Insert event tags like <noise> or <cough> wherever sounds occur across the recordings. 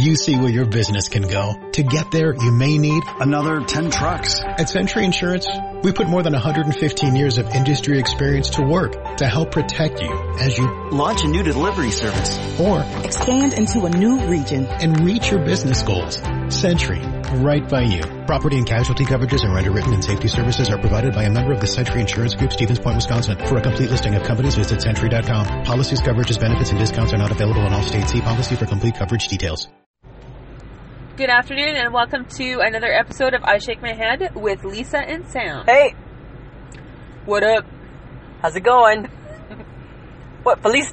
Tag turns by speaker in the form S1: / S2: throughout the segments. S1: you see where your business can go. To get there, you may need
S2: another 10 trucks.
S1: At Century Insurance, we put more than 115 years of industry experience to work to help protect you as you
S2: launch a new delivery service
S1: or
S3: expand into a new region
S1: and reach your business goals. Century, right by you. Property and casualty coverages are underwritten and safety services are provided by a member of the Century Insurance Group, Stevens Point, Wisconsin. For a complete listing of companies, visit century.com. Policies, coverages, benefits, and discounts are not available in all states. See policy for complete coverage details.
S4: Good afternoon and welcome to another episode of I Shake My Head with Lisa and Sam.
S5: Hey.
S4: What up?
S5: How's it going? what, Feliz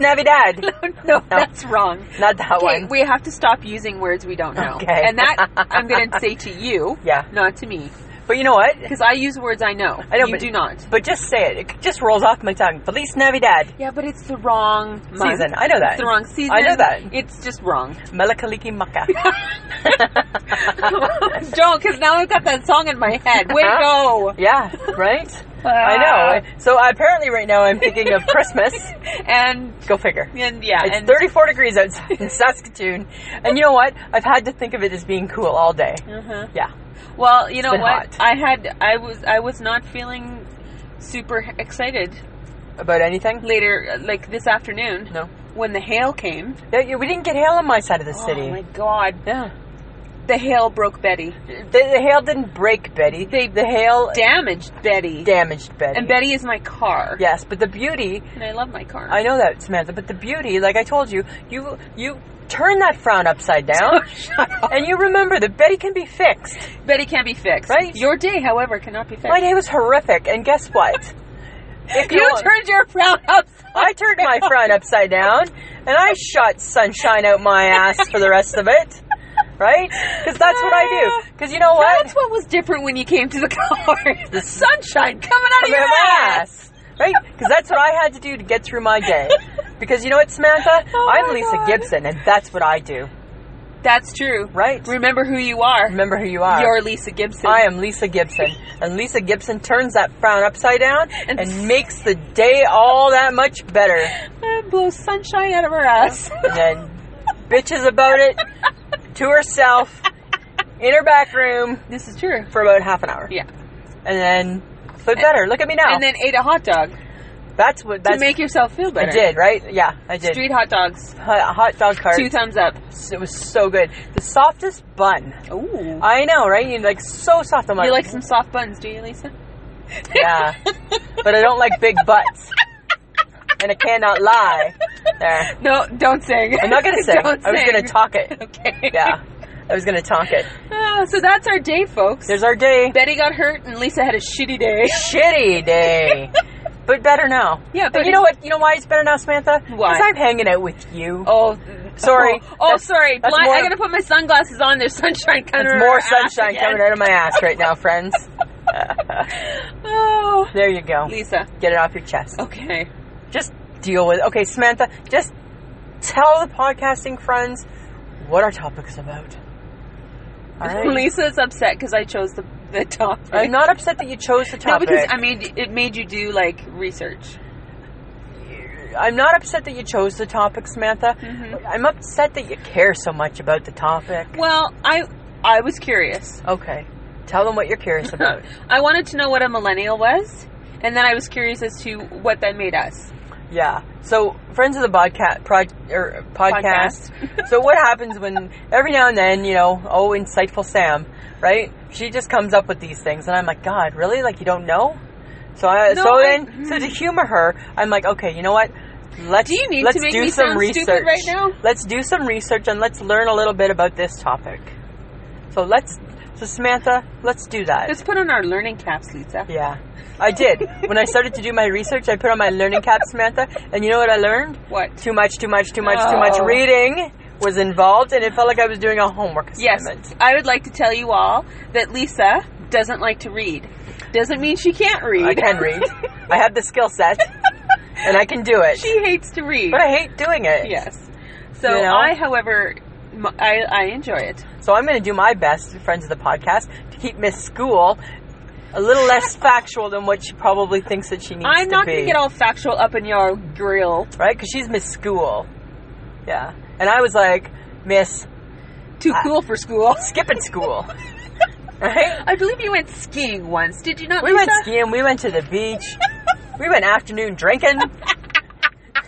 S4: <laughs> <laughs>
S5: Navidad?
S4: no, no, no, that's wrong.
S5: Not that
S4: okay,
S5: one.
S4: We have to stop using words we don't know.
S5: Okay.
S4: And
S5: <laughs>
S4: that I'm going to say to you,
S5: yeah.
S4: not to me.
S5: But you know what?
S4: Because I use words I know.
S5: I know,
S4: You
S5: but-
S4: do not.
S5: But just say it. It just rolls off my tongue. Feliz Navidad.
S4: Yeah, but it's the wrong month.
S5: Season. I know that.
S4: It's the wrong season.
S5: I know that.
S4: It's just
S5: <laughs>
S4: wrong. <laughs>
S5: Melakaliki Maka.
S4: Don't, because now I've got that song in my head. Way to go! Uh,
S5: yeah, right? Uh-huh.
S4: Ah.
S5: I know. So apparently right now I'm thinking of Christmas.
S4: And
S5: Go figure.
S4: and yeah,
S5: It's
S4: and
S5: 34 degrees outside in Saskatoon. And you know what? I've had to think of it as being cool all day.
S4: Mhm.
S5: Yeah.
S4: Well, you know
S5: been
S4: what?
S5: hot.
S4: I had I was I was not feeling super excited
S5: About anything?
S4: later, like this afternoon
S5: No.
S4: when the hail came.
S5: Yeah, you- We didn't get hail on my side of the city.
S4: Oh my god!
S5: yeah.
S4: The hail broke Betty,
S5: The, the hail didn't break Betty.
S4: They
S5: the hail
S4: damaged Betty,
S5: damaged Betty.
S4: and Betty is my car.
S5: Yes, but the beauty,
S4: and I love my car.
S5: I know that Samantha, but the beauty, like I told you, you you turn that
S4: <laughs>
S5: frown upside down and you remember that Betty can be fixed.
S4: Betty can be fixed.
S5: Right.
S4: Your day, however, cannot be fixed.
S5: My day was horrific and guess what? It
S4: you
S5: can-
S4: turned your
S5: <laughs>
S4: frown up.
S5: I turned my frown upside down and I shot sunshine out my ass for the rest of it. Right? Because that's what I do. Because you know what?
S4: That's what was different when you came to the car.
S5: <laughs>
S4: the sunshine coming out of your
S5: Coming out of my
S4: ass.
S5: ass. Right? Because that's what I had to do to get through my day. Because you know what, Samantha?
S4: <laughs> Oh my
S5: I'm Lisa
S4: God.
S5: Gibson, and that's what I do.
S4: That's true.
S5: Right?
S4: Remember who you are.
S5: Remember who you are.
S4: You're Lisa Gibson.
S5: I am Lisa Gibson, and Lisa Gibson turns that frown upside down
S4: And-
S5: and, makes the day all that much better.
S4: And blows sunshine out of her ass.
S5: And then
S4: <laughs>
S5: bitches about it to herself in her back room
S4: this is true.
S5: for about half an hour,
S4: Yeah.
S5: and then but better. Look at me now.
S4: And then ate a hot dog
S5: that's what
S4: to
S5: that's
S4: make yourself feel
S5: I
S4: better.
S5: did, right? Yeah, I did.
S4: Street hot dogs.
S5: Hot, hot dog cart.
S4: Two thumbs up.
S5: It was so good. The softest bun.
S4: Ooh.
S5: I know, right? You like so soft. I'm like,
S4: You like some soft buns, do you, Lisa?
S5: yeah, but I don't like big butts, and I cannot lie. There.
S4: No, don't <laughs> sing.
S5: I'm not gonna sing.
S4: Don't
S5: I was
S4: sing.
S5: gonna talk it.
S4: Okay.
S5: Yeah, I was gonna talk it.
S4: Ah, so that's our day, folks.
S5: There's our day.
S4: Betty got hurt and Lisa had a shitty
S5: <laughs>
S4: day.
S5: Shitty day, but better now.
S4: Yeah,
S5: but
S4: but
S5: you know what? You know why it's better now, Samantha?
S4: Why?
S5: Because I'm hanging out with you.
S4: Oh,
S5: Sorry.
S4: Oh, oh,
S5: That's-
S4: sorry.
S5: that's
S4: Blind, I
S5: more-
S4: gotta put my sunglasses on. There's sunshine coming.
S5: There's
S4: out of our
S5: more
S4: ass
S5: sunshine
S4: again.
S5: coming out of my ass
S4: <laughs>
S5: right now, friends.
S4: Oh,
S5: There you go.
S4: Lisa.
S5: Get it off your chest.
S4: Okay.
S5: Just deal with. Okay, Samantha. Just tell the podcasting friends what our topic's about. All right.
S4: Lisa's upset because I chose the the topic.
S5: I'm not upset that you chose the
S4: No,
S5: topic.
S4: because I made it made you do like research.
S5: I'm not upset that you chose the topic, Samantha. I'm upset that you care so much about the topic.
S4: Well, I I was curious.
S5: Okay. Tell them what you're curious about.
S4: I wanted to know what a millennial was, and then I was curious as to what that made us.
S5: yeah. So, friends of the podcast, prod, er, podcast. so, what happens when every now and then, you know, oh, insightful Sam, right? She just comes up with these things, and I'm like, God, really? Like, you don't know? So, I,
S4: No,
S5: so
S4: I- Mm-hmm.
S5: then, so to humor her, I'm like, okay, you know what? Let's
S4: Do you need to
S5: let's
S4: make
S5: do
S4: me
S5: some
S4: sound
S5: research
S4: stupid right now?
S5: Let's do some research and let's learn a little bit about this topic. So let's, so Samantha, let's do that.
S4: Let's put on our learning caps, Lisa.
S5: Yeah, I did. when I started to do my research, I put on my learning cap, Samantha, and you know what I learned?
S4: What?
S5: Too much, too much, too much, too much
S4: Oh.
S5: reading was involved, and it felt like I was doing a homework
S4: Yes,
S5: assignment.
S4: I would like to tell you all that Lisa doesn't like to read. Doesn't mean she can't read.
S5: I can read. I have the
S4: <laughs>
S5: skill set, and I can do it.
S4: She hates to read.
S5: but I hate doing it.
S4: yes. So
S5: You know?
S4: I, however, m- I, I enjoy it.
S5: So I'm going to do my best, friends of the podcast, to keep Miss School a little
S4: <laughs>
S5: less factual than what she probably thinks that she needs
S4: I'm
S5: to
S4: not
S5: be.
S4: going to get all factual up in your grill.
S5: right? Because she's Miss School. Yeah. And I was like, Miss
S4: Too cool for school. <laughs>
S5: skipping school, right?
S4: I believe you went skiing once. Did you not?
S5: We
S4: Lisa?
S5: went skiing. We went to the beach. we went
S4: <laughs>
S5: afternoon drinking.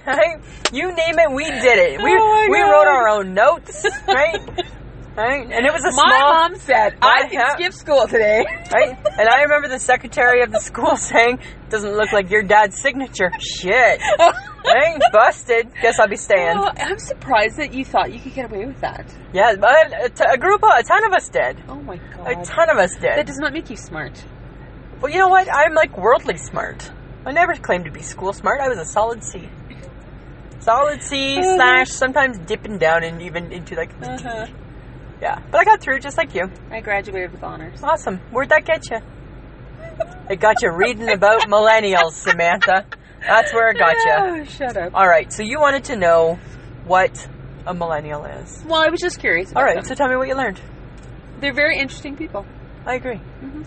S5: Right? You name it, we did it. We
S4: Oh my
S5: we
S4: God.
S5: wrote our own notes, right? right? And it was a
S4: My
S5: small
S4: mom said I
S5: My-
S4: can skip school today. <laughs>
S5: right. And I remember the secretary of the school <laughs> saying, "Doesn't look like your dad's signature." Shit, right? Busted. Guess I'll be staying.
S4: Oh, I'm surprised that you thought you could get away with that.
S5: Yeah, but a, t- a group, of, a ton of us did.
S4: Oh my god.
S5: A ton of us
S4: that
S5: did.
S4: does not make you smart.
S5: Well, you know what? I'm like worldly smart. I never claimed to be school smart. I was a solid C. Solid C
S4: Mhm.
S5: slash sometimes dipping down and even into like
S4: Uh-huh.
S5: yeah. But I got through just like you.
S4: I graduated with honors.
S5: Awesome. Where'd that get you? It got you reading about millennials, Samantha. That's where it got you.
S4: Oh, shut up.
S5: All right. So you wanted to know what a millennial is.
S4: Well, I was just curious. About
S5: All right.
S4: them.
S5: So tell me what you learned.
S4: they're very interesting people.
S5: Mm-hmm. I agree.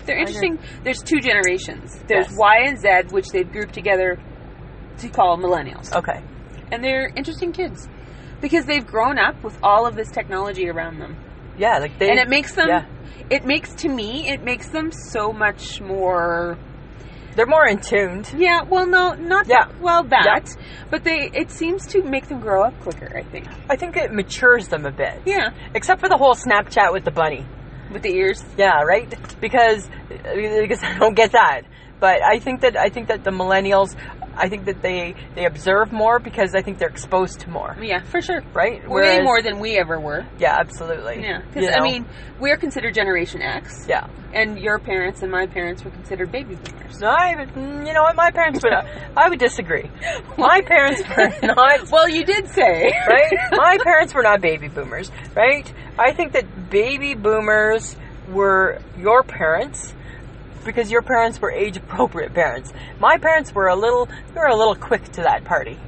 S4: They're interesting. There's two generations. There's
S5: Yes.
S4: Y and Z, which they've grouped together to call millennials.
S5: Okay.
S4: And they're interesting kids because they've grown up with all of this technology around them.
S5: Yeah. Like they.
S4: and it makes them
S5: yeah.
S4: it makes to me it makes them so much more
S5: They're more in tuned.
S4: yeah well no not
S5: Yeah.
S4: that well that but they it seems to make them grow up quicker i think
S5: I think it matures them a bit.
S4: yeah
S5: Except for the whole Snapchat with the bunny.
S4: with the ears
S5: Yeah, right? Because because <laughs> I don't get that. But I think that I think that the millennials I think that they they observe more because I think they're exposed to more,
S4: yeah for sure
S5: right?
S4: way more than we ever were
S5: Yeah, absolutely.
S4: yeah because
S5: You
S4: i
S5: know?
S4: mean we're considered generation x
S5: yeah.
S4: and your parents and my parents were considered baby boomers
S5: No, I would- mm, you know what my parents would I would
S4: <laughs>
S5: disagree. My parents were not
S4: well you did say
S5: right? My parents were not baby boomers, right? I think that baby boomers were your parents because your parents were age appropriate parents. My parents were a little they were a little quick to that party.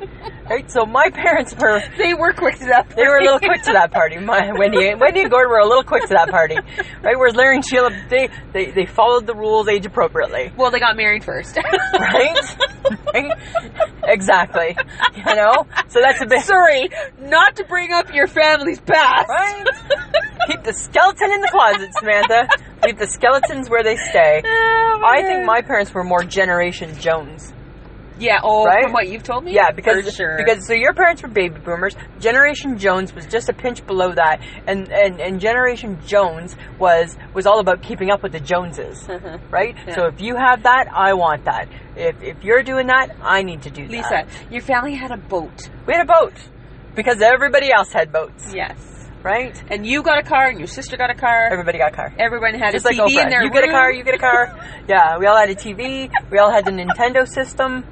S5: Right? So my parents were
S4: <laughs> they were quick to that
S5: they were a little quick to that party. My Wendy, and- Wendy and Gord were a little quick to that party, right? Whereas Larry and Sheila, they, they, they followed the rules age appropriately,
S4: well they got married first
S5: right? <laughs> right? Exactly. You know, so that's a bit
S4: sorry not to bring up your family's past
S5: Right? Keep the skeleton in the closet, Samantha. Leave the skeletons where they stay.
S4: Oh,
S5: I
S4: God.
S5: think my parents were more Generation Jones.
S4: Yeah, oh,
S5: Right?
S4: from what you've told me?
S5: Yeah, because
S4: For sure.
S5: because so your parents were baby boomers. Generation Jones was just a pinch below that, and and, and Generation Jones was was all about keeping up with the
S4: <laughs>
S5: Joneses,
S4: Uh-huh.
S5: right?
S4: Yeah.
S5: So if you have that, I want that. If if you're doing that, I need to do
S4: Lisa,
S5: that.
S4: your family had a boat.
S5: we had a boat because everybody else had boats,
S4: Yes.
S5: right?
S4: And you got a car, and your sister got a car.
S5: Everybody got a car.
S4: Everyone had
S5: Just
S4: a
S5: like
S4: TV in
S5: Oprah.
S4: their
S5: You get a
S4: room.
S5: car, you get a car. Yeah, we all had a TV. We all had the Nintendo system.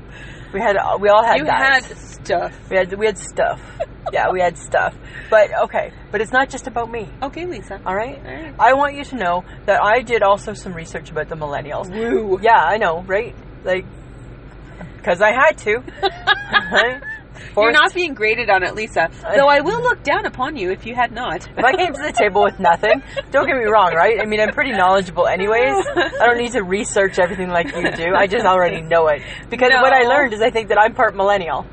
S5: We had we all had
S4: You had
S5: that.
S4: stuff.
S5: we had we had stuff. Yeah, we had stuff. But okay, but it's not just about me.
S4: Okay, Lisa.
S5: All right?
S4: All right.
S5: I want you to know that I did also some research about the millennials.
S4: Woo.
S5: Yeah, I know, right? Like cuz I had
S4: <laughs>
S5: to. Right?
S4: You're
S5: Forced-
S4: not being graded on it, Lisa. Though I will look down upon you if you had not.
S5: if I came to the table with nothing, don't get me wrong, right? I mean, I'm pretty knowledgeable anyways. I don't need to research everything like you do. I just already know it. Because
S4: No.
S5: what I learned is I think that I'm part millennial.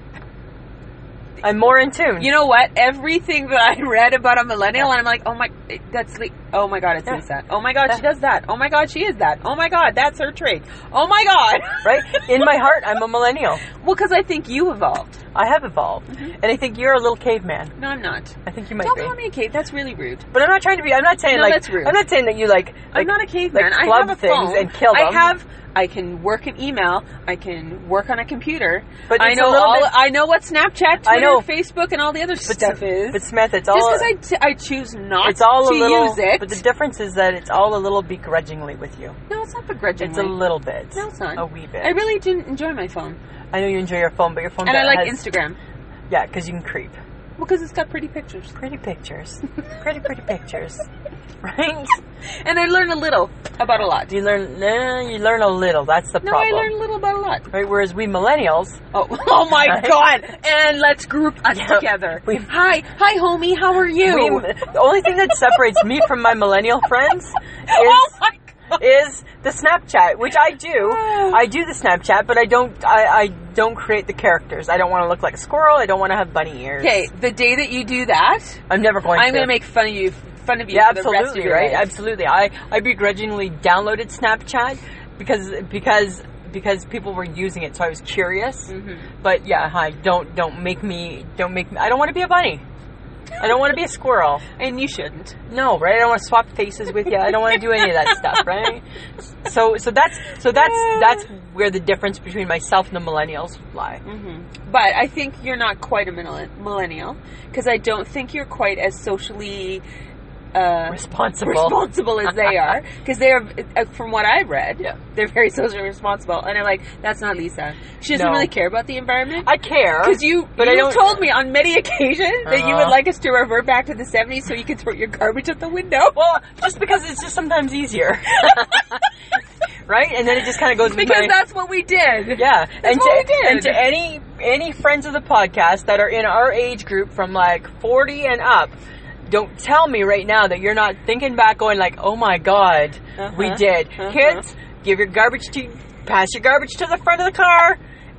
S5: I'm more in tune.
S4: You know what? Everything that I read about a millennial, and I'm like, oh my, that's like, oh my god, it's
S5: Yeah.
S4: Lisa. Oh my god,
S5: Yeah.
S4: she does that. Oh my god, she is that. Oh my god, that's her trait. Oh my god. <laughs>
S5: right? In my heart, I'm a millennial.
S4: Well, because I think you evolved.
S5: I have evolved. And I think you're a little caveman.
S4: No, I'm not.
S5: I think you might
S4: Don't
S5: be.
S4: call me a cave. That's really rude.
S5: But I'm not trying to be. I'm not saying
S4: No,
S5: like.
S4: that's rude.
S5: I'm not saying that you like. like
S4: I'm not a caveman.
S5: Like
S4: I
S5: club
S4: have a
S5: things
S4: phone.
S5: and kill
S4: I
S5: them.
S4: have. I can work an email. I can work on a computer.
S5: But
S4: I
S5: it's a
S4: know
S5: little
S4: all.
S5: bit-
S4: I know what Snapchat, Twitter,
S5: I know.
S4: Facebook, and all the other
S5: But,
S4: stuff is.
S5: but Samantha, it's
S4: Just
S5: all.
S4: because I, t- I choose not
S5: it's all
S4: to
S5: a little.
S4: use it.
S5: But the difference is that it's all a little begrudgingly with you.
S4: no, it's not begrudgingly.
S5: It's a little bit.
S4: No, it's not.
S5: A wee bit.
S4: I really didn't enjoy my phone,
S5: I know you enjoy your phone, but your phone
S4: and I
S5: that
S4: like
S5: has-
S4: Instagram
S5: Yeah, because you can creep.
S4: because it's got pretty pictures. <laughs>
S5: Pretty pictures. pretty pretty pictures. Right?
S4: And I learn a little about a lot.
S5: You learn. Nah, you learn a little. That's the
S4: No,
S5: problem.
S4: I learn a little about a lot.
S5: Right. Whereas we millennials,
S4: Oh, <laughs> oh my
S5: Right?
S4: god! And let's group us
S5: Yeah.
S4: together.
S5: We-
S4: hi, hi, homie. How are you?
S5: we,
S4: <laughs>
S5: the only thing that separates me from my millennial friends is.
S4: oh my god!
S5: is the Snapchat, which I
S4: <sighs>
S5: do. I do the Snapchat, but I don't. I, I don't create the characters. I don't want to look like a squirrel. I don't want to have bunny ears.
S4: Okay, the day that you do that,
S5: I'm never going.
S4: I'm
S5: to.
S4: gonna make fun of you f- fun of you
S5: yeah,
S4: for the rest of
S5: absolutely,
S4: your
S5: right?
S4: life.
S5: Absolutely. I, I begrudgingly downloaded Snapchat because because because people were using it, so I was curious.
S4: Mm-hmm.
S5: But yeah, hi, don't don't make me don't make me. I don't want to be a bunny. I don't want to be a squirrel.
S4: and you shouldn't.
S5: No, right? I don't want to swap faces with you. I don't want to do any of that
S4: <laughs>
S5: stuff, right? So so that's so that's that's where the difference between myself and the millennials lie.
S4: But I think you're not quite a millen- millennial because I don't think you're quite as socially uh, <laughs>
S5: Responsible.
S4: responsible as they are because they are, uh, from what I read,
S5: Yeah.
S4: they're very socially responsible. And I'm like, that's not Lisa. She doesn't
S5: No.
S4: really care about the environment. <laughs>
S5: I care
S4: Because you,
S5: but I
S4: you
S5: don't-
S4: told me on many occasions that you would
S5: Uh-huh.
S4: like us to revert back to the 70s so you could throw your garbage out the window.
S5: <laughs> Well, just because it's just sometimes easier, <laughs> right? And then it just kind of goes with
S4: Because
S5: my-
S4: that's what we did.
S5: yeah. and
S4: what
S5: to,
S4: we did.
S5: And to any any friends of the podcast that are in our age group from like forty and up, don't tell me right now that you're not thinking back, going like, "Oh my god, we
S4: Uh-huh.
S5: did."
S4: Uh-huh.
S5: Kids, give your garbage to pass your garbage to the front of the car.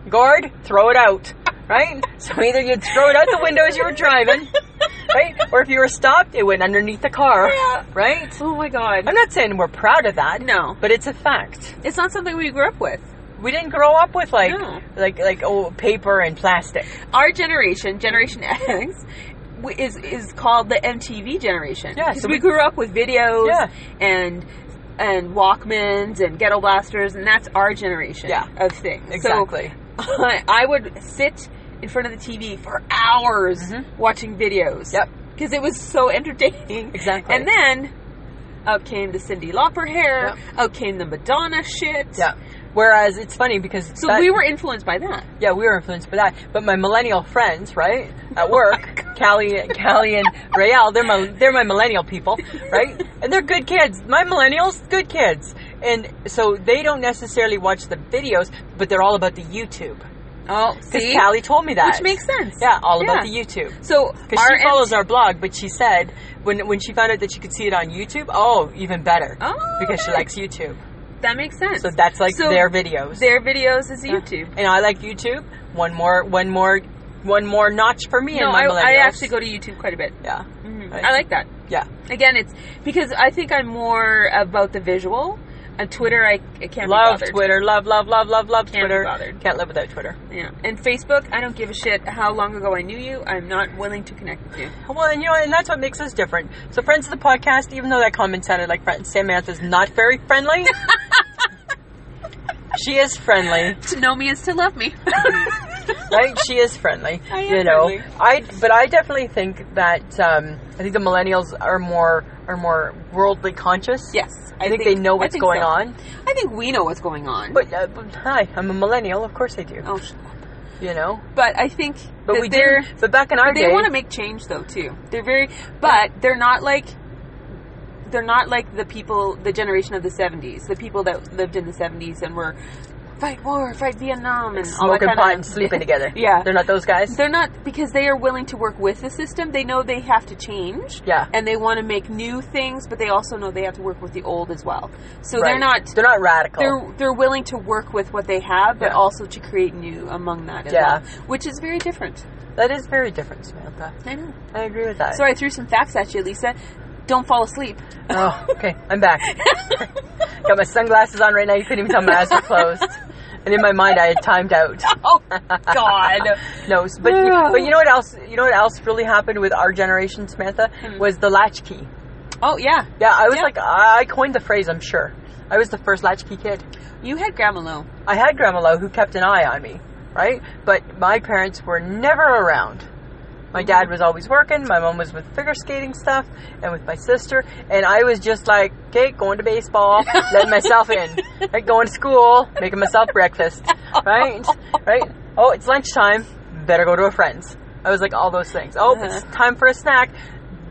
S5: Guard, throw it out. Right? So either you'd throw it out the window as you were driving, right? Or if you were stopped, it went underneath the car.
S4: Yeah.
S5: Right?
S4: Oh my god.
S5: I'm not saying we're proud of that.
S4: No.
S5: But it's a fact.
S4: It's not something we grew up with.
S5: We didn't grow up with like
S4: No.
S5: like like oh paper and plastic.
S4: our generation, Generation X, w- is is called the MTV generation.
S5: Yeah,
S4: 'Cause
S5: so
S4: we,
S5: we-
S4: grew up with videos
S5: Yeah.
S4: and and Walkmans and ghetto blasters, and that's our generation
S5: Yeah.
S4: of things.
S5: Exactly.
S4: So <laughs> I would sit in front of the TV for hours watching videos.
S5: Mm-hmm. Yep.
S4: Because it was so entertaining.
S5: Exactly.
S4: And then up came the Cindy Lauper hair.
S5: Yep.
S4: Up came the Madonna shit.
S5: Yeah. Whereas it's funny because
S4: So
S5: that-
S4: we were influenced by that.
S5: yeah we were influenced by that. But my millennial friends, right
S4: <laughs>
S5: at
S4: Oh
S5: work, Callie, Callie and Rayel, they're my they're my millennial people,
S4: <laughs>
S5: right? and they're good kids. My millennials, good kids. And so they don't necessarily watch the videos, but they're all about the YouTube.
S4: Oh,
S5: Because Callie told me that,
S4: Which makes sense.
S5: yeah, all about
S4: Yeah.
S5: the YouTube.
S4: So
S5: Because she
S4: our
S5: follows our blog, but she said when when she found out that she could see it on YouTube, oh, even better.
S4: Oh,
S5: because she
S4: nice.
S5: likes YouTube.
S4: That makes sense.
S5: So that's like
S4: So
S5: their videos.
S4: Their videos is YouTube.
S5: and I like YouTube. One more, one more, one more notch for me
S4: No,
S5: and my
S4: I, I
S5: millennials.
S4: actually go to YouTube quite a bit.
S5: Yeah,
S4: Mhm.
S5: Right.
S4: I like that.
S5: yeah,
S4: Again, it's because I think I'm more about the visual. On Twitter, I, I can't
S5: love
S4: be bothered.
S5: Twitter. Love, love, love, love, love
S4: be
S5: Twitter.
S4: bothered.
S5: Can't live without Twitter.
S4: Yeah. And Facebook, I don't give a shit how long ago I knew you. I'm not willing to connect with you.
S5: Well, and you know, and that's what makes us different. So, friends of the podcast, even though that comment sounded like friend, Samantha's not very
S4: <laughs>
S5: friendly, she is friendly.
S4: To know me is to love me.
S5: right? She is friendly.
S4: <laughs> I am
S5: you know,
S4: friendly.
S5: I but I definitely think that um, I think the millennials are more are more worldly conscious.
S4: <laughs> yes.
S5: I, think, they know
S4: I
S5: what's
S4: think
S5: going
S4: so.
S5: on.
S4: I think we know what's going on.
S5: But, uh, but hi, I'm a millennial. Of course I do.
S4: oh, sh-
S5: You know,
S4: but I think
S5: but
S4: that
S5: we
S4: they're
S5: did. But back in our
S4: they
S5: day,
S4: want to make change though too. They're very, but they're not like they're not like the people, the generation of the '70s, the people that lived in the '70s and were fight war, fight Vietnam, and all that
S5: smoking
S4: kind
S5: pot
S4: of
S5: and sleeping together.
S4: Yeah.
S5: they're not those
S4: <laughs>
S5: guys.
S4: They're not because they are willing to work with the system. They know they have to change,
S5: Yeah.
S4: and they want to make new things, but they also know they have to work with the old as well. So
S5: Right.
S4: they're not.
S5: They're not radical.
S4: They're, they're willing to work with what they have, but
S5: Yeah.
S4: also to create new among that as well,
S5: Yeah.
S4: which is very different.
S5: That is very different, Samantha.
S4: I know.
S5: I agree with that.
S4: So I threw some facts at you, Lisa. Don't fall asleep.
S5: Oh, okay.
S4: <laughs>
S5: I'm back. Got my sunglasses on right now. You couldn't even tell my eyes were closed. And in my mind, I had timed out.
S4: Oh
S5: <laughs>
S4: God!
S5: No, s- but you, but you know what else? You know what else really happened with our generation, Samantha, was the latchkey.
S4: oh yeah,
S5: Yeah, I was
S4: Yeah.
S5: like, I I coined the phrase. I'm sure I was the first latchkey kid.
S4: you had Grandma Low.
S5: I had Grandma Lo who kept an eye on me, right? But my parents were never around. My dad was always working. My mom was with figure skating stuff and with my sister. And I was just like, okay, going to baseball, letting myself in, like going to school, making myself breakfast, right? Right? Oh, it's lunchtime. Better go to a friend's. I was like all those things. Oh, it's time for a snack.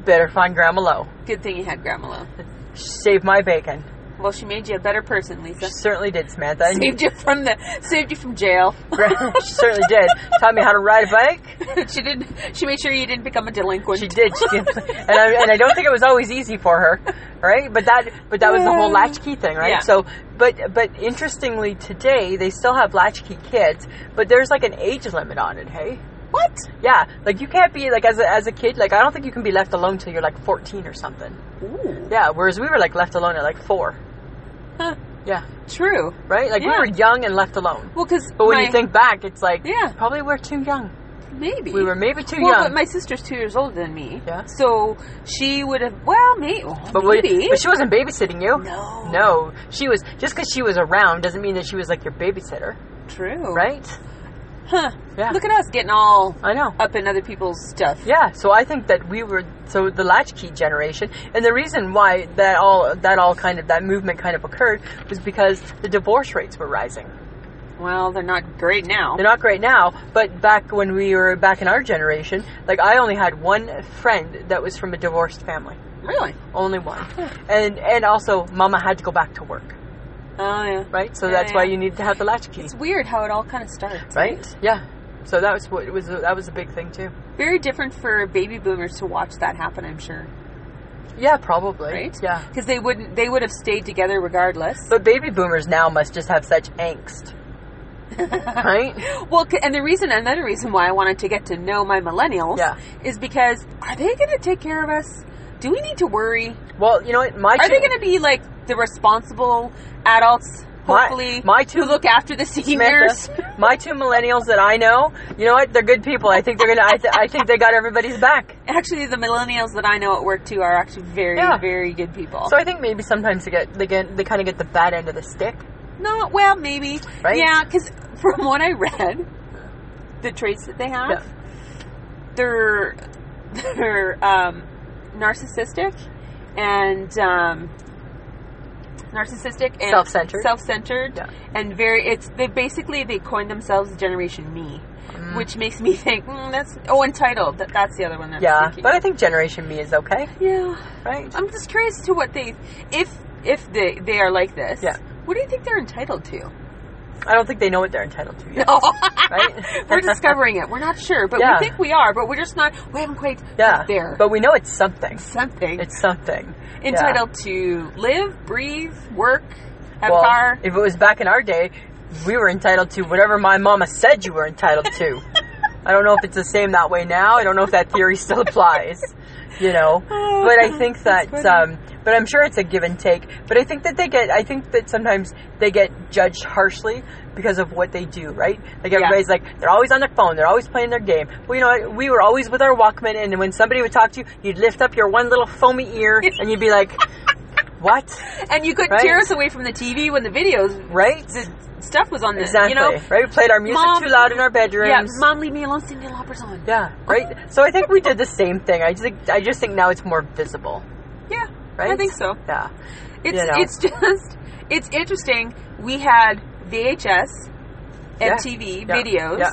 S5: Better find Grandma Lo.
S4: Good thing you had Grandma Low.
S5: Save my bacon.
S4: Well, she made you a better person, Lisa.
S5: She certainly did, Samantha. And
S4: Saved you from the saved you from jail. <laughs>
S5: she <laughs> certainly did. Taught me how to ride a bike.
S4: she didn't. She made sure you didn't become a delinquent.
S5: She did. She did. and, I, and I don't think it was always easy for her, right? But that, but that was the whole latchkey thing, right?
S4: Yeah.
S5: So, but but interestingly, today they still have latchkey kids, but there's like an age limit on it. Hey,
S4: What?
S5: Yeah, like you can't be like as a, as a kid. Like I don't think you can be left alone till you're like 14 or something.
S4: Ooh.
S5: Yeah, whereas we were like left alone at like four.
S4: Huh.
S5: Yeah,
S4: True.
S5: right. Like
S4: Yeah.
S5: we were young and left alone.
S4: Well, because
S5: But when you think back, it's like
S4: Yeah.
S5: probably we're too young.
S4: maybe
S5: We were maybe too
S4: Well,
S5: young.
S4: but my sister's two years older than me.
S5: Yeah.
S4: So she would have. Well, may, well,
S5: But, what-
S4: maybe.
S5: but she wasn't babysitting you.
S4: No.
S5: No. She was, just because she was around doesn't mean that she was like your babysitter,
S4: True.
S5: right?
S4: Huh.
S5: Yeah.
S4: Look at us getting all
S5: I know.
S4: up in other people's stuff.
S5: Yeah, so I think that we were so the latchkey generation, and the reason why that all that all kind of that movement kind of occurred was because the divorce rates were rising.
S4: Well, they're not great now.
S5: They're not great now, but back when we were back in our generation, like I only had one friend that was from a divorced family,
S4: Really?
S5: only one, and and also Mama had to go back to work,
S4: Oh yeah.
S5: right? So
S4: Yeah,
S5: that's why
S4: yeah.
S5: you need to have the latchkey,
S4: It's weird how it all kind of starts.
S5: right? Yeah. So that was what was that was a big thing too.
S4: Very different for baby boomers to watch that happen. I'm sure.
S5: Yeah, probably.
S4: Right?
S5: Yeah.
S4: Because they wouldn't. They would have stayed together regardless.
S5: But baby boomers now must just have such <laughs> angst. right?
S4: Well, c- and the reason, another reason why I wanted to get to know my millennials
S5: Yeah.
S4: is because are they going to take care of us? Do we need to worry?
S5: Well, you know what? My
S4: Are they
S5: two-
S4: going to be like the responsible adults?
S5: My-
S4: Hopefully,
S5: my two-
S4: who look after the
S5: <laughs>
S4: seniors.
S5: Samantha, my two millennials that I know, you know what? They're good people. I think they're gonna. I, th- I think they got everybody's back.
S4: Actually, the millennials that I know at work too are actually very,
S5: Yeah.
S4: very good people.
S5: So I think maybe sometimes they get they get they kind of get the bad end of the stick.
S4: No, well, maybe.
S5: Right?
S4: Yeah, because from what I read, the traits that they have,
S5: Yeah.
S4: they're they're um, narcissistic and um, narcissistic and
S5: Self-centered.
S4: self-centered,
S5: Yeah.
S4: and very. It's they basically they coined themselves Generation Me, which makes me think mm, that's oh entitled. That that's the other one. That's
S5: Yeah,
S4: thinking.
S5: but I think Generation Me is okay,
S4: yeah.
S5: right?
S4: I'm just curious to what they if if they they are like this.
S5: Yeah.
S4: What do you think they're entitled to? <laughs> Oh,
S5: I don't think they know what they're entitled to yet. <laughs> Right?
S4: we're discovering it. We're not sure, but
S5: Yeah.
S4: we think we are, but we're just not. We haven't quite
S5: Yeah,
S4: got there.
S5: but we know it's something.
S4: something
S5: It's something. Yeah.
S4: entitled to live, breathe, work, have
S5: well,
S4: a car.
S5: If it was back in our day, we were entitled to whatever my mama said you were entitled
S4: <laughs>
S5: to. I don't know if it's the same that way now. I don't know if that theory still applies. You know,
S4: Oh,
S5: but
S4: <laughs>
S5: I think
S4: that's
S5: that,
S4: funny.
S5: um, but I'm sure it's a give and take. But I think that they get, I think that sometimes they get judged harshly because of what they do, right? Like everybody's like, they're always on their phone, they're always playing their game. Well, you know, what? we were always with our Walkman, and when somebody would talk to you, you'd lift up your one little foamy ear, and you'd be
S4: <laughs>
S5: like, "What?"
S4: and you couldn't
S5: uh, right.
S4: tear us away from the TV when the videos
S5: Right?
S4: the stuff was on the
S5: Exactly.
S4: you know.
S5: right? We played our music
S4: Mom-
S5: too loud in our
S4: Yeah,
S5: bedrooms.
S4: mom, leave me alone. Send me loppers on.
S5: Yeah, right. So I think we did the same thing. I just think, I just think now it's more visible,
S4: Yeah,
S5: right?
S4: I think so.
S5: Yeah.
S4: It's
S5: You know.
S4: it's <laughs> just it's interesting. We had VHS,
S5: Yeah.
S4: MTV
S5: Yeah.
S4: videos,
S5: Yeah.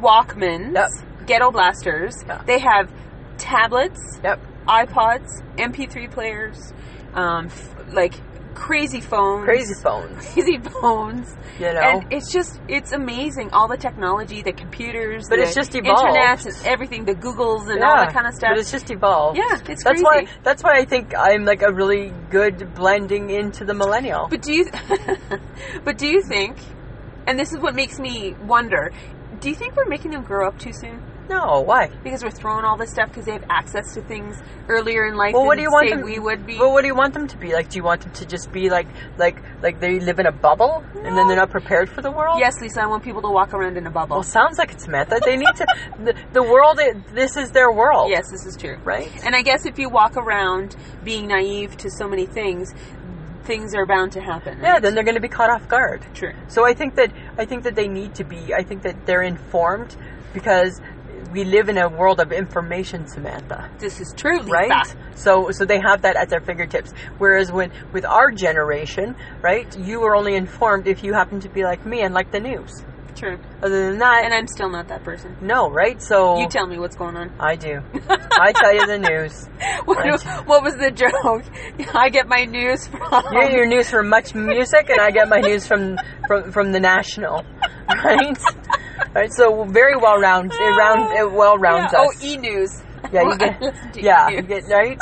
S4: Walkmans,
S5: Yep.
S4: ghetto blasters.
S5: Yeah.
S4: They have tablets,
S5: Yep.
S4: iPods, MP3 players, um, f- like crazy phones,
S5: Crazy phones,
S4: <laughs> crazy phones.
S5: you know.
S4: And it's just it's amazing all the technology, the computers,
S5: But
S4: the
S5: it's just evolved.
S4: internet and everything, the Googles and
S5: yeah.
S4: all that kind of stuff.
S5: But it's just evolved.
S4: Yeah, it's
S5: that's
S4: crazy.
S5: why. That's why I think I'm like a really good blending into the millennial.
S4: But do you, <laughs> but do you think, and this is what makes me wonder, do you think we're making them grow up too soon?
S5: no, why?
S4: Because we're throwing all this stuff because they have access to things earlier in life.
S5: Well, what
S4: than,
S5: do you want
S4: say,
S5: them?
S4: We would be.
S5: Well, what do you want them to be like? Do you want them to just be like, like, like they live in a bubble and then they're not prepared for the world?
S4: yes, Lisa, I want people to walk around in a bubble.
S5: Well, sounds like it, Samantha. They need to. <laughs> the, the world. This is their world.
S4: yes, this is true.
S5: Right.
S4: And I guess if you walk around being naive to so many things, things are bound to happen.
S5: Yeah.
S4: right?
S5: Then they're going to be caught off guard.
S4: true.
S5: So I think that I think that they need to be. I think that they're informed because we live in a world of information, Samantha.
S4: This is true, Lisa.
S5: Right. So so they have that at their fingertips. Whereas when with our generation, right, you were only informed if you happened to be like me and like the news.
S4: True.
S5: Other than that,
S4: And I'm still not that person.
S5: no, right? So
S4: You tell me what's going on. <laughs>
S5: I do. I tell you the news.
S4: What,
S5: Right.
S4: what was the joke? <laughs> I get my news from.
S5: You get your news from Much Music, and I get my news from from, from the National, right? right. So very well round, it round, it well rounds
S4: Yeah.
S5: us.
S4: Oh, E News.
S5: yeah, you
S4: <laughs> I listen
S5: get,
S4: to
S5: yeah,
S4: E!
S5: you
S4: News.
S5: get right.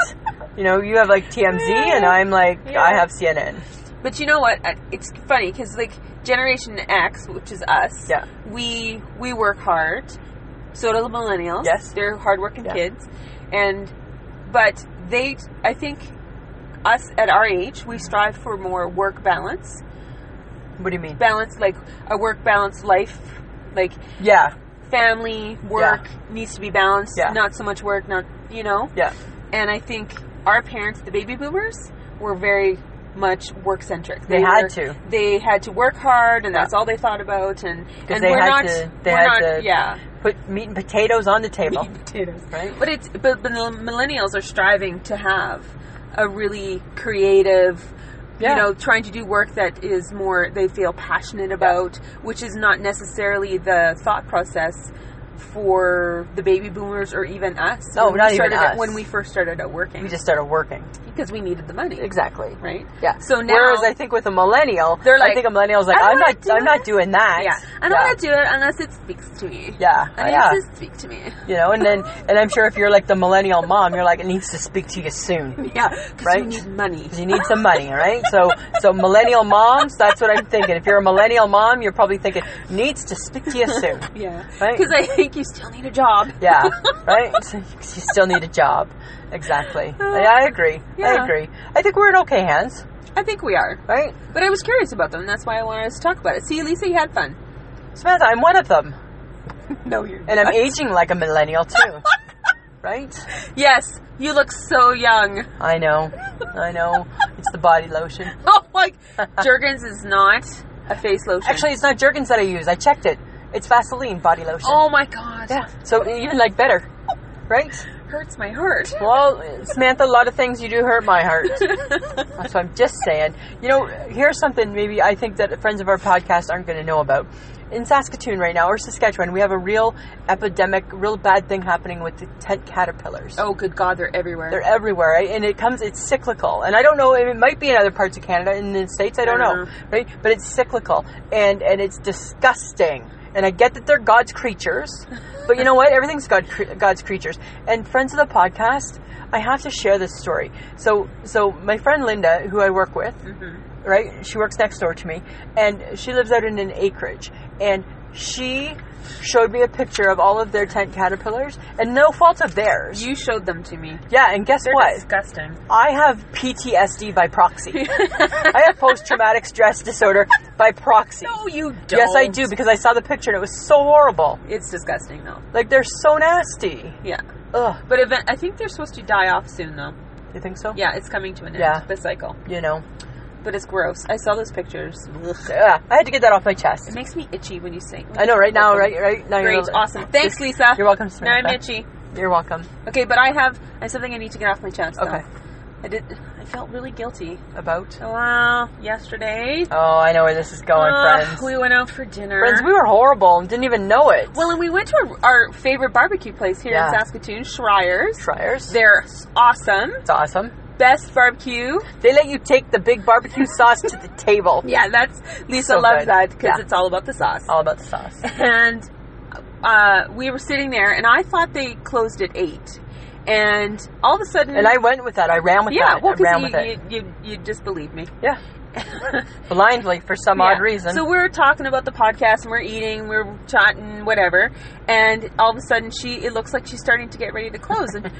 S5: You know, you have like TMZ, and I'm like,
S4: Yeah.
S5: I have CNN.
S4: But you know what? I- It's funny because like Generation X, which is us,
S5: Yeah.
S4: we we work hard. So do the millennials.
S5: Yes.
S4: They're hardworking
S5: Yeah.
S4: kids. And, but they, I think us at our age, we strive for more work balance.
S5: What do you mean?
S4: Balance, like a work balance life. Like
S5: Yeah,
S4: family, work needs to be balanced.
S5: Yeah.
S4: Not so much work, not, you know?
S5: yeah,
S4: And I think our parents, the baby boomers, were very much work centric.
S5: They had to.
S4: They had to work hard, and that's all they thought about. And, and
S5: they
S4: we're
S5: had
S4: not.
S5: to- they
S4: we're
S5: had
S4: not.
S5: to-
S4: yeah.
S5: put meat and potatoes on the table,
S4: potatoes.
S5: right?
S4: But it's but, but the millennials are striving to have a really creative.
S5: Yeah.
S4: You know, trying to do work that is more they feel passionate about, which is not necessarily the thought process for the baby boomers or even us.
S5: No,
S4: when we
S5: not even
S4: started out-
S5: us.
S4: when we first started out working,
S5: We just started working.
S4: because we needed the money,
S5: Exactly.
S4: right?
S5: Yeah.
S4: So now,
S5: whereas I think with a millennial,
S4: They're
S5: I
S4: like,
S5: think a millennial's like,
S4: "I don't
S5: I'm
S4: wanna
S5: not,
S4: do
S5: I'm
S4: it."
S5: not doing that.
S4: yeah, I don't
S5: yeah.
S4: want to do it unless it speaks to me.
S5: Yeah,
S4: I need
S5: yeah.
S4: to speak to me. <laughs>
S5: You know, and then, and I'm sure if you're like the millennial mom, you're like, it needs to speak to you soon.
S4: Yeah, because
S5: Right.
S4: you need money.
S5: 'Cause You need some money, all right? So, so millennial moms, that's what I'm thinking. If you're a millennial mom, you're probably thinking, needs to speak to you soon.
S4: Yeah,
S5: Right.
S4: because I think you still need a job.
S5: Yeah, right? <laughs> So you still need a job. Exactly. Yeah, I agree. I
S4: Yeah.
S5: agree. I think we're in okay hands,
S4: I think we are.
S5: right?
S4: But I was curious about them. That's why I wanted us to talk about it. See, Lisa, you had fun.
S5: Samantha, I'm one of them.
S4: No, you're
S5: And I'm aging like a millennial too. right?
S4: Yes, you look so young. <laughs>
S5: I know. I know. It's the body lotion.
S4: Oh,
S5: <laughs>
S4: like Jergens is not a face lotion.
S5: Actually, it's not Jergens that I use. I checked it. It's Vaseline body lotion.
S4: oh my god,
S5: Yeah. So even like better. Right?
S4: hurts my heart.
S5: Well, Samantha, a lot of things you do hurt my heart. That's what I'm just saying. You know, here's something maybe I think that friends of our podcast aren't going to know about. In Saskatoon right now, or Saskatchewan, we have a real epidemic, real bad thing happening with the tent caterpillars.
S4: Oh, good god, they're everywhere.
S5: They're everywhere, right? and it comes. It's cyclical, and I don't know. It might be in other parts of Canada, in the states, I don't know, right? But it's cyclical, and and it's disgusting. And I get that they're God's creatures, but you know what? Everything's God, cre- God's creatures. And friends of the podcast, I have to share this story. So so my friend Linda, who I work with,
S4: Mm-hmm.
S5: right? She works next door to me, and she lives out in an acreage. And she showed me a picture of all of their tent caterpillars, and no fault of theirs.
S4: you showed them to me.
S5: yeah, and guess
S4: They're
S5: what?
S4: disgusting.
S5: I have PTSD
S4: <laughs>
S5: by proxy. I have post traumatic stress disorder by proxy.
S4: No, you don't.
S5: yes, I do because I saw the picture and it was so horrible.
S4: It's disgusting, though.
S5: Like they're so nasty.
S4: Yeah.
S5: Ugh.
S4: But event- I think they're supposed to die off soon, though.
S5: You think so?
S4: Yeah, it's coming to an end.
S5: Yeah.
S4: The cycle.
S5: You know.
S4: But it's gross. I saw those pictures.
S5: Ugh. I had to get that off my
S4: It
S5: chest.
S4: makes me itchy when you say.
S5: I know. Right now. Right. Right now.
S4: Great.
S5: You're,
S4: Awesome. Thanks,
S5: Just-
S4: Lisa.
S5: You're welcome.
S4: Now I'm
S5: Samantha.
S4: itchy.
S5: You're welcome.
S4: Okay, but I have I have something I need to get off my chest.
S5: Okay.
S4: Though. I did. I felt really guilty.
S5: About.
S4: Wow. yesterday.
S5: Oh, I know where this is going,
S4: uh,
S5: friends.
S4: We went out for dinner.
S5: friends, we were horrible and didn't even know it.
S4: well, and we went to our, our favorite barbecue place here
S5: Yeah.
S4: in Saskatoon, Schreier's.
S5: Friars.
S4: They're s- awesome.
S5: It's awesome.
S4: Best barbecue.
S5: They let you take the big barbecue <laughs> sauce to the table.
S4: Yeah, that's Lisa
S5: So
S4: loves
S5: good.
S4: that because
S5: Yeah.
S4: it's all about the sauce.
S5: All about the sauce.
S4: and uh, we were sitting there, and I thought they closed at eight. And all of a sudden,
S5: And I went with that. I ran with
S4: yeah,
S5: that.
S4: well,
S5: I ran
S4: because
S5: with
S4: you,
S5: it.
S4: you, you you disbelieved me.
S5: Yeah. Blindly for some odd
S4: Yeah.
S5: reason.
S4: So we were talking about the podcast, and we're eating, we're chatting, whatever. And all of a sudden, she it looks like she's starting to get ready to close,
S5: <laughs>
S4: and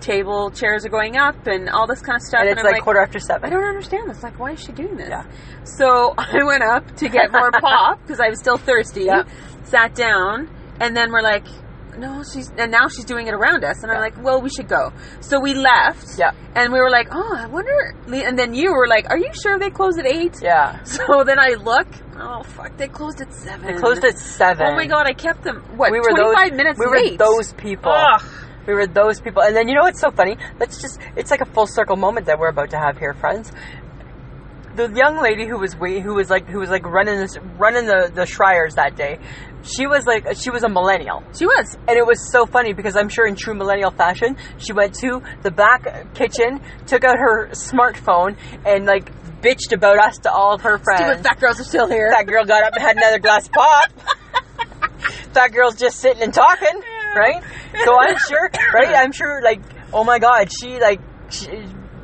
S4: table chairs are going up, and all this kind of stuff.
S5: and it's
S4: I'm
S5: like, quarter after
S4: I
S5: seven.
S4: don't understand this. Like, why is she doing this?
S5: Yeah.
S4: So <laughs> I went up to get
S5: <laughs>
S4: more pop because I was still thirsty.
S5: Yeah.
S4: Sat down, and then we're like, no, she's and now she's doing it around us, and I'm
S5: Yeah.
S4: like, well, we should go. So we left.
S5: Yeah.
S4: And we were like, oh, I wonder. And then you were like, are you sure they close at eight?
S5: Yeah.
S4: <laughs> So then I look. Oh fuck! They closed at seven.
S5: It closed at seven.
S4: Oh my god! I kept them. What?
S5: We were
S4: twenty five
S5: those,
S4: minutes
S5: We were
S4: late.
S5: those people.
S4: Ugh.
S5: We were those people. And then you know what's so funny? Let's just, it's like a full circle moment that we're about to have here, friends. The young lady who was we, who was like who was like running this running the the Shriers that day, she was like she was a millennial.
S4: She was.
S5: And it was so funny because I'm sure in true millennial fashion, she went to the back kitchen, took out her smartphone, and like bitched about us to all of her friends.
S4: Stupid fat girls are still here.
S5: That girl got up and had another glass
S4: <laughs>
S5: of pop. that girl's just sitting and talking, right? So I'm
S4: <laughs>
S5: sure, right? I'm sure, like, oh my god, she like, she,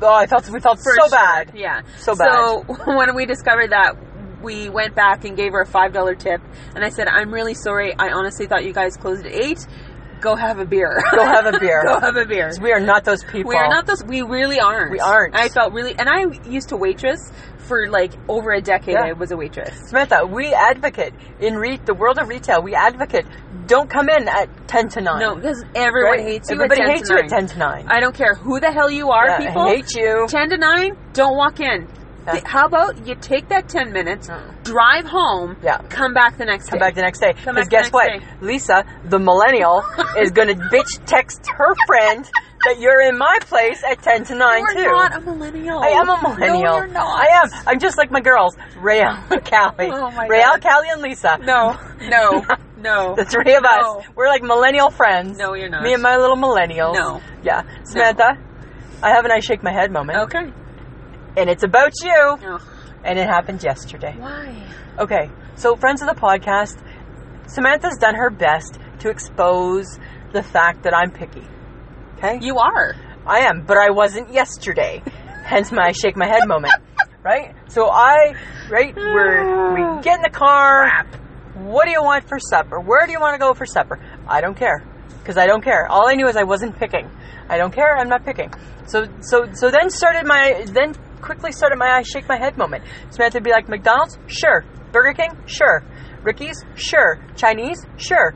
S5: oh, I felt we felt
S4: For
S5: so
S4: sure.
S5: bad.
S4: Yeah.
S5: So
S4: So <laughs> when we discovered that, we went back and gave her a five dollar tip, and I said, "I'm really sorry. I honestly thought you guys closed at eight. go have a beer. <laughs>
S5: Go have a beer.
S4: go have a beer.
S5: We are not those people.
S4: We are not those. We really aren't.
S5: We aren't.
S4: I felt really, and I used to waitress for like over a decade.
S5: Yeah.
S4: I was a waitress.
S5: Samantha, we advocate in re- the world of retail. We advocate don't come in at ten to nine.
S4: No, because everyone
S5: Right?
S4: hates you.
S5: Everybody
S4: at 10
S5: hates
S4: to
S5: you at
S4: 9.
S5: ten to nine.
S4: I don't care who the hell you are,
S5: Yeah, I
S4: people.
S5: hate you.
S4: Ten to nine, don't walk in.
S5: Yeah.
S4: Th- How about you take that ten minutes,
S5: Mm.
S4: drive home,
S5: Yeah.
S4: come back the next
S5: Come
S4: day.
S5: back the next day.
S4: Come
S5: Because
S4: back the
S5: guess
S4: next day.
S5: what? Lisa, the
S4: <laughs>
S5: millennial, is going to bitch text her friend that you're in my place at 10 to 9
S4: You're
S5: too.
S4: not a millennial.
S5: I am a millennial.
S4: No, you're not.
S5: I am. I'm just like my girls, Rayel and Callie.
S4: <laughs> Oh my
S5: Rayel,
S4: God.
S5: Callie, and Lisa.
S4: No, no,
S5: <laughs>
S4: no.
S5: The three of
S4: No.
S5: us. We're like millennial friends.
S4: No, you're not.
S5: Me and my little millennials.
S4: No.
S5: Yeah. Samantha, I have an I shake my head moment.
S4: Okay.
S5: And it's about you.
S4: Oh,
S5: And it happened yesterday.
S4: why?
S5: Okay, so friends of the podcast, Samantha's done her best to expose the fact that I'm picky. Okay?
S4: You are.
S5: I am, but I wasn't yesterday. Hence my shake my head moment. Right? So I, right, we're, we get in the car. What do you want for supper? Where do you want to go for supper? I don't care. Because I don't care. All I knew is I wasn't picking. I don't care, I'm not picking. So, so, so then started my, then quickly started my I shake my head moment. Samantha would be like, McDonald's? Sure. Burger King? Sure. Ricky's? Sure. Chinese? Sure.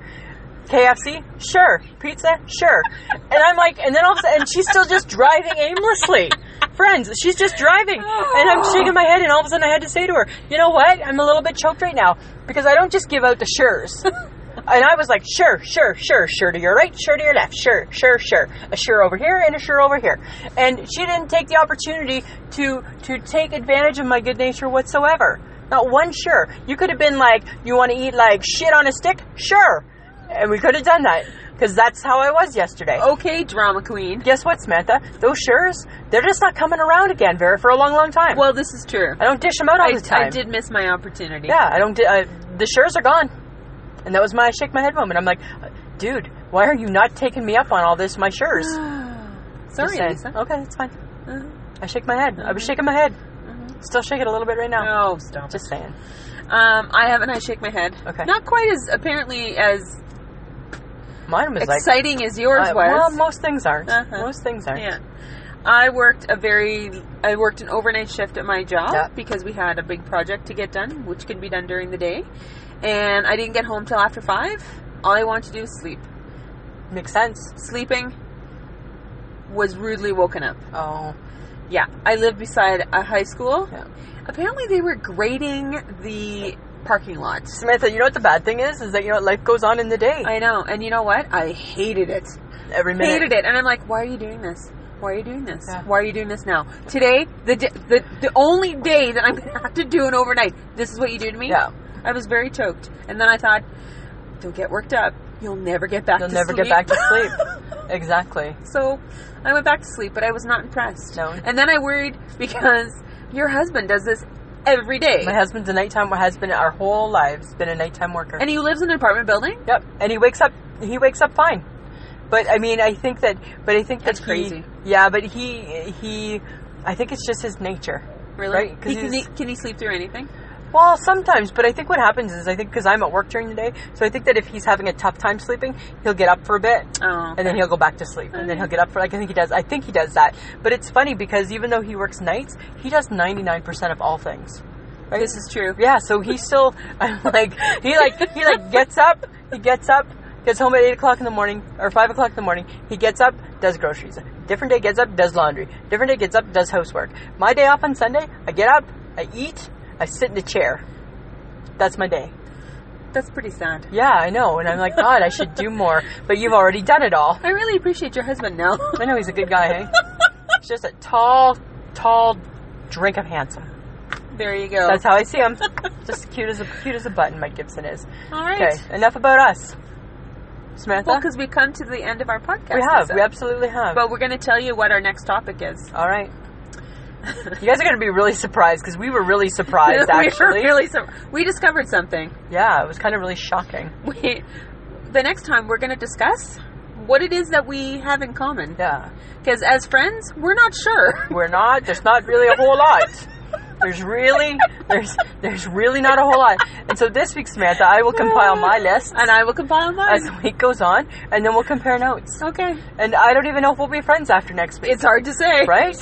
S5: KFC? Sure. Pizza? Sure. And I'm like, and then all of a sudden, and she's still just driving aimlessly. Friends, she's just driving. And I'm shaking my head, and all of a sudden I had to say to her, you know what? I'm a little bit choked right now because I don't just give out the sures. And I was like, sure, sure, sure, sure to your right, sure to your left, sure, sure, sure. A sure over here and a sure over here. And she didn't take the opportunity to to take advantage of my good nature whatsoever. Not one sure. You could have been like, you want to eat like shit on a stick? Sure. And we could have done that. Because that's how I was yesterday.
S4: Okay, drama queen.
S5: Guess what, Samantha? Those shures, they're just not coming around again, Vera, for a long, long time.
S4: Well, this is true.
S5: I don't dish them out all
S4: I,
S5: the time.
S4: I did miss my opportunity.
S5: Yeah, I don't. di- I, the shares are gone, and that was my shake my head moment. I'm like, dude, why are you not taking me up on all this? My shares.
S4: <gasps> Sorry, Lisa. Uh-huh, Mm-hmm.
S5: Okay, it's fine. I shake my head. I was shaking my head. Still shaking a little bit right now.
S4: No, stop.
S5: Just saying.
S4: Um, I haven't. I shake my head.
S5: Okay.
S4: Not quite as apparently as
S5: Mine was like.
S4: exciting as yours
S5: uh, well,
S4: was.
S5: most things aren't.
S4: Uh-huh.
S5: Most things aren't.
S4: yeah. I worked a very. I worked an overnight shift at my job
S5: Yeah.
S4: because we had a big project to get done, which can be done during the day, and I didn't get home till after five. All I wanted to do was sleep.
S5: Makes sense.
S4: Sleeping was rudely woken up.
S5: Oh,
S4: Yeah, I live beside a high school.
S5: Yeah.
S4: Apparently, they were grading the parking lot.
S5: Samantha, you know what the bad thing is? Is that you know what life goes on in the day.
S4: I know, and you know what? I hated it.
S5: Every minute.
S4: Hated it, and I'm like, why are you doing this? Why are you doing this?
S5: Yeah.
S4: Why are you doing this now? Today, the d- the the only day that I'm <laughs> gonna have to do an overnight. This is what you do to me.
S5: Yeah.
S4: I was very choked, and then I thought, don't get worked up. You'll never get back.
S5: You'll
S4: to
S5: never
S4: sleep.
S5: get back to sleep. exactly.
S4: <laughs> So I went back to sleep, but I was not impressed.
S5: No.
S4: And then I worried because your husband does this every day.
S5: My husband's a nighttime. My husband, our whole lives, been a nighttime worker.
S4: and he lives in an apartment building?
S5: Yep, and he wakes up. He wakes up fine. But I mean, I think that. But I think
S4: That's
S5: that
S4: crazy.
S5: He, yeah, but he he. I think it's just his nature.
S4: Really?
S5: Right, 'cause
S4: He can, he,
S5: he's-
S4: can he sleep through anything?
S5: Well, sometimes, but I think what happens is I think because I'm at work during the day, so I think that if he's having a tough time sleeping, he'll get up for a bit,
S4: Oh.
S5: and then he'll go back to sleep, and then he'll get up for like I think he does. I think he does that. But it's funny because even though he works nights, he does 99% of all things. Right?
S4: This is true.
S5: Yeah, so he still <laughs> I'm like he like he like gets up, he gets up, gets home at eight o'clock in the morning or five o'clock in the morning. He gets up, does groceries. Different day gets up, does laundry. Different day gets up, does housework. My day off on Sunday, I get up, I eat, I sit in the chair. That's my day.
S4: That's pretty sad.
S5: Yeah, I know, and I'm like, God, I should do more. But you've already done it all.
S4: I really appreciate your husband now. <laughs>
S5: I know he's a good guy, hey? He's just a tall, tall drink of handsome.
S4: there you go.
S5: That's how I see him. Just cute as a cute as a button, Mike Gibson is.
S4: All right.
S5: Okay, enough about us. Samantha?
S4: Well, because we've come to the end of our podcast.
S5: we have.
S4: Lisa.
S5: We absolutely have.
S4: But we're going to tell you what our next topic is.
S5: All right. you guys are going to be really surprised because we were really surprised,
S4: <laughs> we were
S5: actually.
S4: really sur- we discovered something.
S5: yeah, it was kind of really shocking.
S4: We, the next time we're going to discuss what it is that we have in common.
S5: Yeah.
S4: Because as friends, we're not sure. <laughs>
S5: We're not, there's not really a whole lot. There's really there's there's really not a whole lot. And so this week, Samantha, I will compile my list
S4: And I will compile mine.
S5: as the week goes on, and then we'll compare notes.
S4: Okay.
S5: And I don't even know if we'll be friends after next week.
S4: It's hard to say. <laughs>
S5: right?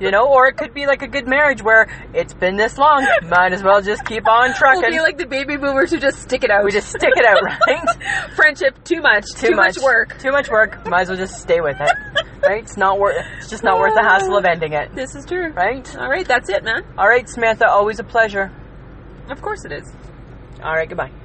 S5: you know, or it could be like a good marriage where it's been this long, might as well just keep
S4: <laughs>
S5: on
S4: We'll
S5: trucking.
S4: be like the baby boomers who just stick it out.
S5: we just stick
S4: <laughs>
S5: it out, right?
S4: friendship too much, too, much. work.
S5: Too much work. Might as well just stay with it. Right? It's not worth it's just not worth the hassle of ending it.
S4: This is true.
S5: Right?
S4: All right, that's it, man.
S5: All right, Samantha, always a pleasure.
S4: Of course it is.
S5: All right, goodbye.